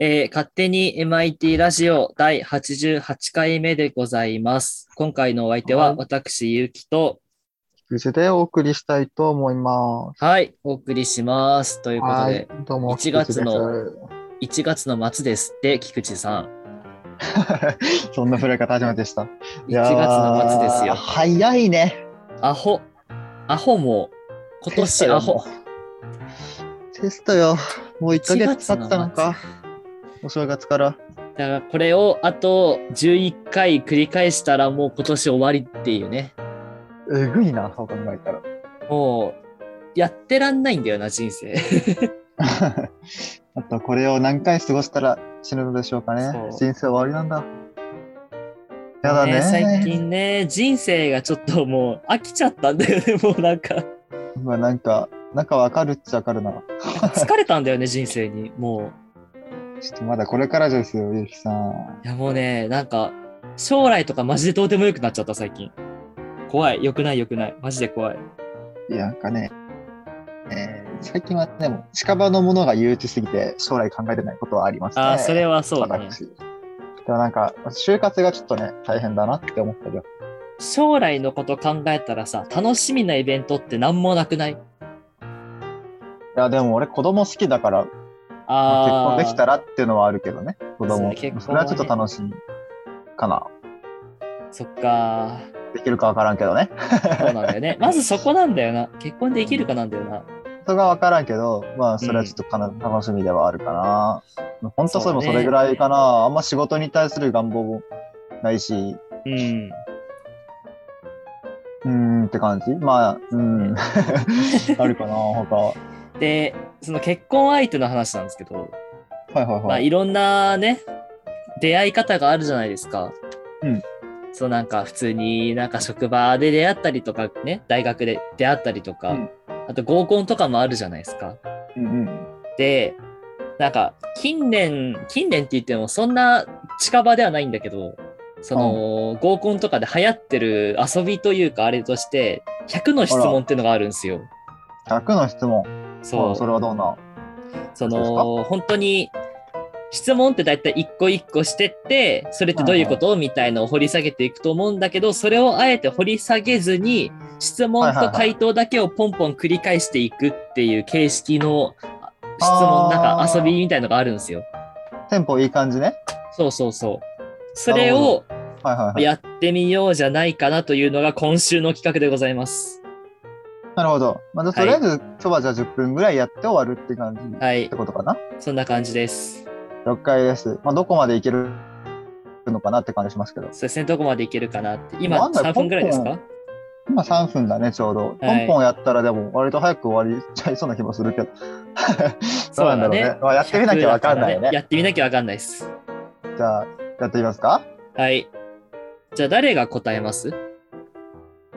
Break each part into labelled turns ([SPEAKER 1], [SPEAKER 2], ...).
[SPEAKER 1] えー勝手に MIT ラジオ第88回目でございます。今回のお相手
[SPEAKER 2] は
[SPEAKER 1] はい私、ゆうきと、
[SPEAKER 2] ゆずでお送りしたいと思います。
[SPEAKER 1] はい、お送りします。ということ
[SPEAKER 2] は
[SPEAKER 1] で
[SPEAKER 2] い、、どうも。
[SPEAKER 1] 1月の1
[SPEAKER 2] 菊
[SPEAKER 1] 月の末ですって、菊池さん。
[SPEAKER 2] 池です。 そんな振られ方初めてでした。1
[SPEAKER 1] 1月の末ですよ。
[SPEAKER 2] 早いね。
[SPEAKER 1] アホ、アホも、今
[SPEAKER 2] テスト
[SPEAKER 1] 年
[SPEAKER 2] よ
[SPEAKER 1] アホ。。
[SPEAKER 2] テストよ。もう1ヶ月
[SPEAKER 1] 1
[SPEAKER 2] 経ったのか。お正月から。
[SPEAKER 1] だからこれをあと11回繰り返したらもう今年終わりっていうね。
[SPEAKER 2] えぐいな、そう考えたら。
[SPEAKER 1] もう、やってらんないんだよな、人生。
[SPEAKER 2] あと、これを何回過ごしたら死ぬのでしょうかね
[SPEAKER 1] そう。
[SPEAKER 2] 人生終わりなんだ。やだね。
[SPEAKER 1] 最近ね、人生がちょっともう飽きちゃったんだよね、 もうなんか。
[SPEAKER 2] まあ、なんか、なんかわかるっちゃわかるな。
[SPEAKER 1] 疲れたんだよね、人生に。も
[SPEAKER 2] ちょっとまだこれからですよ、ゆうきさん。
[SPEAKER 1] う。いやもうね、なんか、将来とかマジでどうでもよくなっちゃった、最近。怖い。良くない、良くない。マジで怖い。
[SPEAKER 2] いや、なんかね、えー最近はでも近場のものが憂鬱すぎて将来考えてないことはありますね。
[SPEAKER 1] ああ、それはそうだね。
[SPEAKER 2] 私。でもなんか、就活がちょっとね、大変だなって思ってるよ。
[SPEAKER 1] 将来のこと考えたらさ、楽しみなイベントって何もなくない
[SPEAKER 2] いや、でも俺子供好きだから、結
[SPEAKER 1] あ
[SPEAKER 2] 婚
[SPEAKER 1] あ。
[SPEAKER 2] できたらっていうのはあるけどね、子
[SPEAKER 1] そう
[SPEAKER 2] 供。
[SPEAKER 1] ね結婚はね
[SPEAKER 2] それはちょっと楽しいかな。
[SPEAKER 1] そっか
[SPEAKER 2] できるかわからんけどね。
[SPEAKER 1] ー。そうなんだよ ね。まずそこなんだよな。結婚できるかなんだよな。
[SPEAKER 2] 人がわからんけど、まあ、それはちょっとかな、楽しみではあるかな。本当それもそれぐらいかな。あんま仕事に対する願望もないし、
[SPEAKER 1] うん。
[SPEAKER 2] うーんって感じまあ、 うん。あるかな、他。は
[SPEAKER 1] で、その結婚相手の話なんですけど、
[SPEAKER 2] いはい
[SPEAKER 1] まあ、
[SPEAKER 2] はい。
[SPEAKER 1] いろんなね、出会い方があるじゃないですか。
[SPEAKER 2] うん。
[SPEAKER 1] そうなんか普通になんか職場で出会ったりとかね、大学で出会ったりとか、
[SPEAKER 2] うん
[SPEAKER 1] あと合コンとかもあるじゃないですか。
[SPEAKER 2] うんうん。
[SPEAKER 1] で、なんか近年、近年って言ってもそんな近場ではないんだけど、その合コンとかで流行ってる遊びというかあれとして、100の質問っていうのがあるんですよ。
[SPEAKER 2] 100の質問。
[SPEAKER 1] そう。
[SPEAKER 2] んそれはどうな
[SPEAKER 1] そ
[SPEAKER 2] そうです
[SPEAKER 1] の本当に質問って大体一個一個してってそれってどういうことみたいのを掘り下げていくと思うんだけどそれをあえて掘り下げずに質問
[SPEAKER 2] はいは
[SPEAKER 1] と
[SPEAKER 2] いはい
[SPEAKER 1] 回答だけをポンポン繰り返していくっていう形式のあ質問なんか
[SPEAKER 2] あー
[SPEAKER 1] 遊びみたいのがあるんですよ。
[SPEAKER 2] テンポいい感じね。
[SPEAKER 1] そうそうそう。それ
[SPEAKER 2] なる
[SPEAKER 1] を
[SPEAKER 2] はいはいはい。
[SPEAKER 1] やってみようじゃないかなというのが今週の企画でございます。
[SPEAKER 2] なるほど。まあ、じゃあとりあえず、今日はじゃあ10分ぐらいやって終わるって感じっ
[SPEAKER 1] はい
[SPEAKER 2] て、ことかな。
[SPEAKER 1] そんな感じです。
[SPEAKER 2] 了解です。まあ、どこまでいけるのかなって感じしますけど。
[SPEAKER 1] そうですね、どこまでいけるかなって。
[SPEAKER 2] な
[SPEAKER 1] 今
[SPEAKER 2] んだよ
[SPEAKER 1] 3分ぐらいです
[SPEAKER 2] ポン
[SPEAKER 1] か
[SPEAKER 2] 今3分だね、ちょうど。ポ
[SPEAKER 1] はい
[SPEAKER 2] ンポンやったらでも、割と早く終わりちゃいそうな気もするけど。そうなんだろうね。まあ、やってみなきゃわかんないよ
[SPEAKER 1] 100だらや
[SPEAKER 2] ね。
[SPEAKER 1] ってみなきゃわかんないです。
[SPEAKER 2] じゃあ、やってみますか
[SPEAKER 1] はい。じゃあ誰が答えます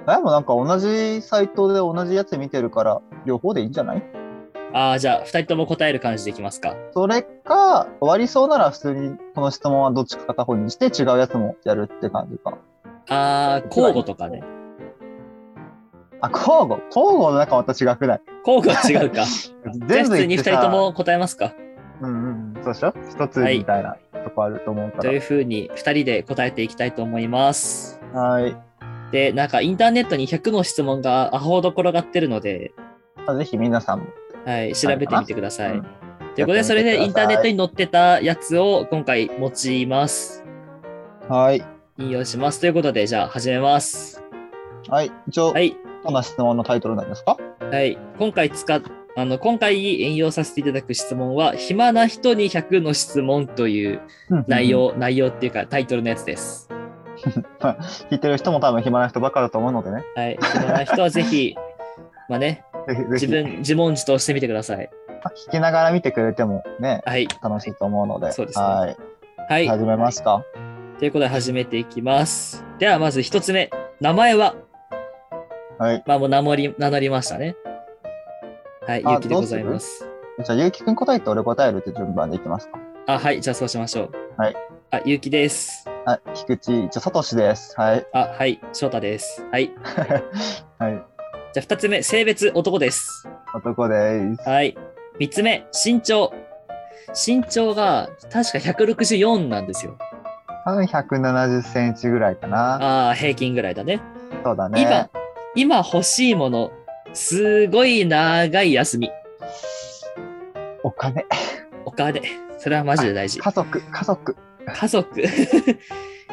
[SPEAKER 2] でもなんか同じサイトで同じやつ見てるから、両方でいいんじゃない
[SPEAKER 1] ああ、じゃあ2人とも答える感じでいきますか。
[SPEAKER 2] それか、終わりそうなら普通にこの質問はどっちか片方にして違うやつもやるって感じかな。
[SPEAKER 1] ああ、交互とかね。
[SPEAKER 2] あ、交互。交互の中また違くない。
[SPEAKER 1] 交互は違うか。じゃあ
[SPEAKER 2] 全
[SPEAKER 1] 普
[SPEAKER 2] 部
[SPEAKER 1] 通
[SPEAKER 2] 言
[SPEAKER 1] に
[SPEAKER 2] っ
[SPEAKER 1] 2
[SPEAKER 2] て
[SPEAKER 1] 人と
[SPEAKER 2] さ、
[SPEAKER 1] も答えますか。
[SPEAKER 2] うんうん、そうでしょ一つみたいなとこあると思うか
[SPEAKER 1] と
[SPEAKER 2] ら。
[SPEAKER 1] いうふうに2人で答えていきたいと思います。
[SPEAKER 2] はい。
[SPEAKER 1] で、なんかインターネットに100の質問がアホほど転がってるので、
[SPEAKER 2] まあぜひ皆さんも。
[SPEAKER 1] はい、調べてみてくださ
[SPEAKER 2] う
[SPEAKER 1] い
[SPEAKER 2] ん。
[SPEAKER 1] ということで、それでインターネットに載ってたやつを今回持ちます。
[SPEAKER 2] はい。
[SPEAKER 1] 引用します。ということで、じゃあ始めます。
[SPEAKER 2] はい。一応、
[SPEAKER 1] はい。
[SPEAKER 2] どんな質問のタイトルなんですか
[SPEAKER 1] はい、今回使っあの今回引用させていただく質問は「暇な人に100の質問」という内。容、内容っていうかタイトルのやつです。
[SPEAKER 2] 聞いてる人も多分暇な人ばっかだと思うのでね。
[SPEAKER 1] はい、暇な人はぜ ひまあね
[SPEAKER 2] ぜひぜひ。
[SPEAKER 1] 自分自問自答してみてください。
[SPEAKER 2] 聞きながら見てくれてもね、
[SPEAKER 1] はい、
[SPEAKER 2] 楽しいと思うので。
[SPEAKER 1] そうですね
[SPEAKER 2] はい。
[SPEAKER 1] はい
[SPEAKER 2] 始めますか。
[SPEAKER 1] ということで始めていきます。ではまず1つ目名前は、
[SPEAKER 2] はい。
[SPEAKER 1] まあ、もう名乗り名乗りましたね。はい、
[SPEAKER 2] あ
[SPEAKER 1] ゆうきでございます。
[SPEAKER 2] じゃあ、ゆうきくん答えと俺答えるって順番でいきますか。
[SPEAKER 1] あはいじゃあそうしましょう。
[SPEAKER 2] はい、
[SPEAKER 1] あゆうきです。
[SPEAKER 2] はい。菊池、じゃあ、さとしです。はい。
[SPEAKER 1] あはい翔太です。はい
[SPEAKER 2] はい。
[SPEAKER 1] じゃあ2つ目性別男です。
[SPEAKER 2] 男です。
[SPEAKER 1] はい。三つ目、身長。身長が確か164なんですよ。
[SPEAKER 2] 多分170センチぐらいかな。
[SPEAKER 1] ああ、平均ぐらいだね。
[SPEAKER 2] そうだね。
[SPEAKER 1] 今、今欲しいもの、すごい長い休み。
[SPEAKER 2] お金。
[SPEAKER 1] お金。それはマジで大事。
[SPEAKER 2] 家族、家族。
[SPEAKER 1] 家族。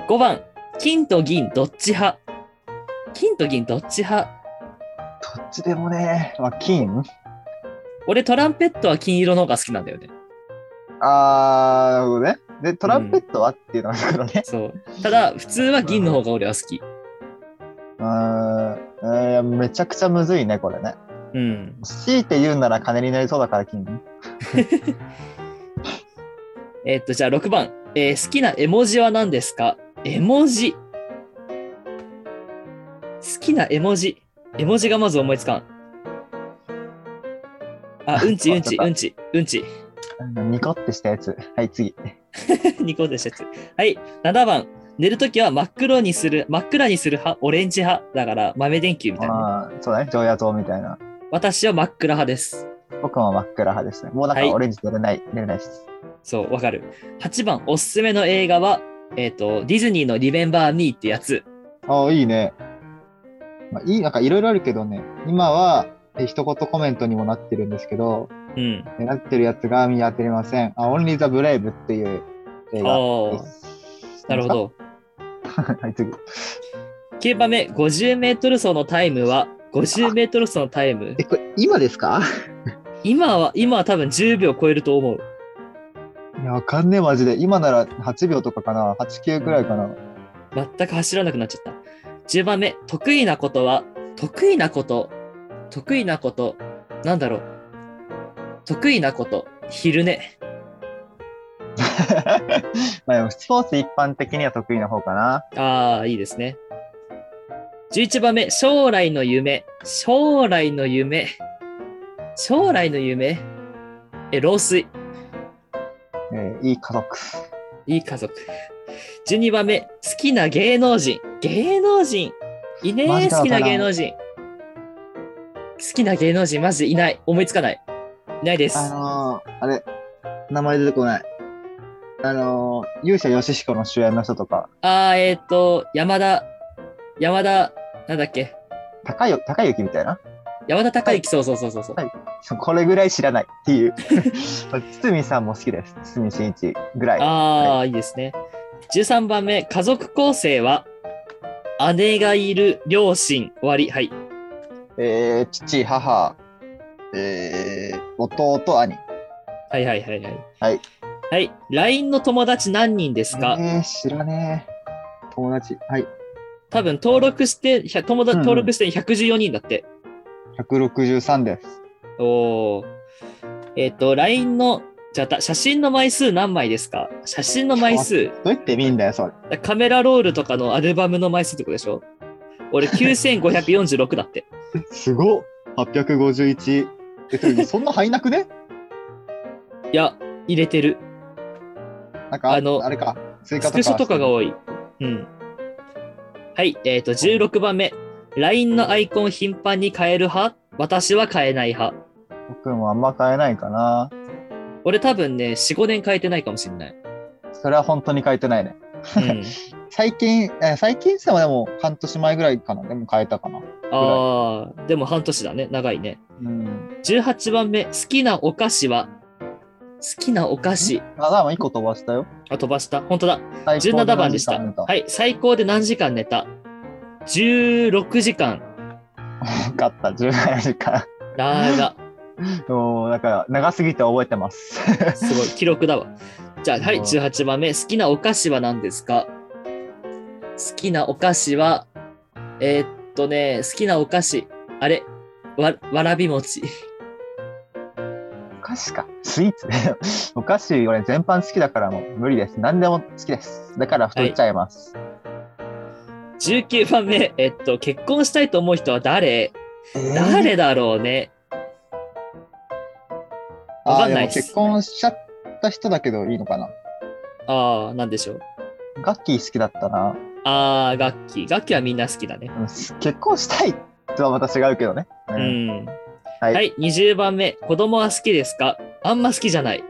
[SPEAKER 1] 5番、金と銀どっち派金と銀どっち派
[SPEAKER 2] どっちでもね、まあ、金
[SPEAKER 1] 俺トランペットは金色の方が好きなんだよね。
[SPEAKER 2] あー、なるほどね。で、トランペットは、っていうのがだからね。
[SPEAKER 1] そう。ただ、普通は銀の方が俺は好き。
[SPEAKER 2] うーん、えーめちゃくちゃむずいね、これね。
[SPEAKER 1] うん。
[SPEAKER 2] 強いて言うなら金になりそうだから金。
[SPEAKER 1] えーっと、じゃあ6番、えー好きな絵文字は何ですか絵文字。好きな絵文字。絵文字がまず思いつかん。あ、うんちうんちうんちうんち。
[SPEAKER 2] ニコってしたやつ。はい、次。
[SPEAKER 1] 2個でしたやつ。はい、7番。寝るときは真っ黒にする、真っ暗にする派、オレンジ派。だから豆電球みたいな。
[SPEAKER 2] ああ、そうだね、常夜灯みたいな。
[SPEAKER 1] 私は真っ暗派です。
[SPEAKER 2] 僕も真っ暗派ですね。もうだか
[SPEAKER 1] は
[SPEAKER 2] ら
[SPEAKER 1] い
[SPEAKER 2] オレンジ出れない、出れないです。
[SPEAKER 1] そう、わかる。8番、おすすめの映画は、えっ、と、ディズニーのリベンバーミーってやつ。
[SPEAKER 2] ああ、いいね。まあ、いい、なんかいろいろあるけどね、今は、え一言コメントにもなってるんですけど、
[SPEAKER 1] うん。
[SPEAKER 2] えなってるやつが見当てれません。あ、オンリー・ザ・ブレイブっていう映
[SPEAKER 1] あ
[SPEAKER 2] 画
[SPEAKER 1] あ
[SPEAKER 2] で、す。
[SPEAKER 1] なるほど。
[SPEAKER 2] ど。 はい、次。
[SPEAKER 1] 9番目、50メートル走のタイムは、50メートル走のタイム
[SPEAKER 2] え、。これ、今ですか
[SPEAKER 1] 今は、今は多分10秒超えると思う。
[SPEAKER 2] いや、わかんねえ、マジで。今なら8秒とかかな。8、9くらいかな。
[SPEAKER 1] 全く走らなくなっちゃった。10番目、得意なことは、得意なこと、得意なこと、なんだろう。得意なこと、昼寝。
[SPEAKER 2] まあでも、スポーツ一般的には得意な方かな。
[SPEAKER 1] ああ、いいですね。11番目、将来の夢。将来の夢。将来の夢え、老衰。
[SPEAKER 2] えーいい家族。
[SPEAKER 1] いい家族。12番目、好きな芸能人。芸能人。いね
[SPEAKER 2] マジ
[SPEAKER 1] え、
[SPEAKER 2] か
[SPEAKER 1] 好きな
[SPEAKER 2] わから
[SPEAKER 1] 芸
[SPEAKER 2] ん
[SPEAKER 1] 能人。好きな芸能人、マジでいない。思いつかない。いないです。
[SPEAKER 2] あのー、あれ、名前出てこない。あのー、勇者ヨシヒコの主演の人とか、
[SPEAKER 1] あー、えっ、と、山田、山田、なんだっけ。
[SPEAKER 2] 高いよ、高い雪みたいな。
[SPEAKER 1] 山田孝之、そうそうそうそうそう。
[SPEAKER 2] はいそうこれぐらい知らないっていう。 まあ堤さんも好きです。堤真一ぐらい。
[SPEAKER 1] ああ、いいですね。13番目、家族構成は、姉がいる、両親、終わり。はい。
[SPEAKER 2] えー、父、母、えー、弟、兄。
[SPEAKER 1] はいはいはいはい。
[SPEAKER 2] はい。
[SPEAKER 1] はい。LINE の友達何人ですか、
[SPEAKER 2] えー、知らねえ。友達。はい。
[SPEAKER 1] 多分登録して、ひゃ友達
[SPEAKER 2] うんうん
[SPEAKER 1] 登録して114人だって。
[SPEAKER 2] 163です。
[SPEAKER 1] おーえっ、と、LINE の、じゃあた、写真の枚数何枚ですか写真の枚数。
[SPEAKER 2] どうやって見んだよ、それ。
[SPEAKER 1] カメラロールとかのアルバムの枚数ってことでしょ俺9546だって。
[SPEAKER 2] すごっ。851。え、でもそんな入んなくね
[SPEAKER 1] いや、入れてる。
[SPEAKER 2] なんか、
[SPEAKER 1] あ
[SPEAKER 2] あ
[SPEAKER 1] の
[SPEAKER 2] れか。追加
[SPEAKER 1] ス
[SPEAKER 2] とか。
[SPEAKER 1] クショとかが多い。うん。はい、えっ、と、16番目。LINE のアイコン頻繁に変える派私は変えない派。
[SPEAKER 2] 僕もあんま変えないかな。
[SPEAKER 1] 俺多分ね、4、5年変えてないかもしれない。
[SPEAKER 2] それは本当に変えてないね。
[SPEAKER 1] うん。
[SPEAKER 2] 最近、え最近さ、でも半年前ぐらいかな。でも変えたかな。
[SPEAKER 1] ああ、でも半年だね。長いね。
[SPEAKER 2] うん。
[SPEAKER 1] 18番目、好きなお菓子は好きなお菓子。
[SPEAKER 2] あ、だも1個飛ばしたよ。
[SPEAKER 1] あ、飛ばした。本当だ。
[SPEAKER 2] 最高
[SPEAKER 1] 17番でした。
[SPEAKER 2] 何時間寝
[SPEAKER 1] はい、最高で何時間寝た ?16 時間。
[SPEAKER 2] 分かった、17時間。
[SPEAKER 1] 長。
[SPEAKER 2] もう、だから、長すぎて覚えてます。
[SPEAKER 1] すごい、記録だわ。じゃあ、はい、18番目。好きなお菓子は何ですか好きなお菓子は、えーっとね、好きなお菓子、あれ、わわらび餅。
[SPEAKER 2] お菓子か。スイーツ お菓子、俺全般好きだからもう無理です。何でも好きです。だから太っちゃいます。
[SPEAKER 1] 19番目、えっと、結婚したいと思う人は誰誰だろうね。わかんない
[SPEAKER 2] あーでも
[SPEAKER 1] っす
[SPEAKER 2] 結婚しちゃった人だけどいいのかな。
[SPEAKER 1] ああ、なんでしょう。
[SPEAKER 2] ガッキー好きだったな。
[SPEAKER 1] ああ、楽器。楽器はみんな好きだね。
[SPEAKER 2] うん結婚したいとはまた違うけどね。う、
[SPEAKER 1] うんん。
[SPEAKER 2] はい
[SPEAKER 1] はい、20番目。子供は好きですかあんま好きじゃない。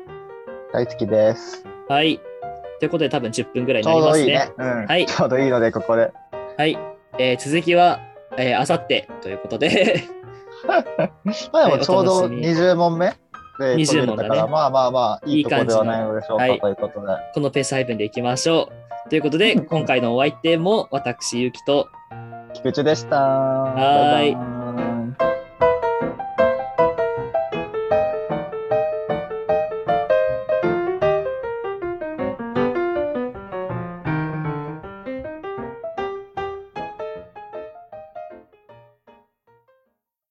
[SPEAKER 2] 大好きです。
[SPEAKER 1] はい。ということで多分10分ぐらいに
[SPEAKER 2] ち
[SPEAKER 1] な
[SPEAKER 2] ょ
[SPEAKER 1] り
[SPEAKER 2] う
[SPEAKER 1] ま
[SPEAKER 2] ど
[SPEAKER 1] す
[SPEAKER 2] いい
[SPEAKER 1] ね。
[SPEAKER 2] ね。うん
[SPEAKER 1] はい
[SPEAKER 2] ちょうどいいので、ここで。
[SPEAKER 1] はい。えー続きは、えー、あさってということで、
[SPEAKER 2] まあでもちょう
[SPEAKER 1] お
[SPEAKER 2] ど
[SPEAKER 1] 楽しみ
[SPEAKER 2] 20問目で
[SPEAKER 1] 20
[SPEAKER 2] 取れたから、
[SPEAKER 1] 問だね
[SPEAKER 2] まあまあまあ、い
[SPEAKER 1] い
[SPEAKER 2] い
[SPEAKER 1] い
[SPEAKER 2] とこ
[SPEAKER 1] 感
[SPEAKER 2] で
[SPEAKER 1] じの
[SPEAKER 2] はないのでしょうか
[SPEAKER 1] はい
[SPEAKER 2] ということで。
[SPEAKER 1] このペース配分でいきましょう。という ことで、今回のお相手も私、ゆきと、
[SPEAKER 2] 菊池でした。
[SPEAKER 1] はーい
[SPEAKER 2] バイバイ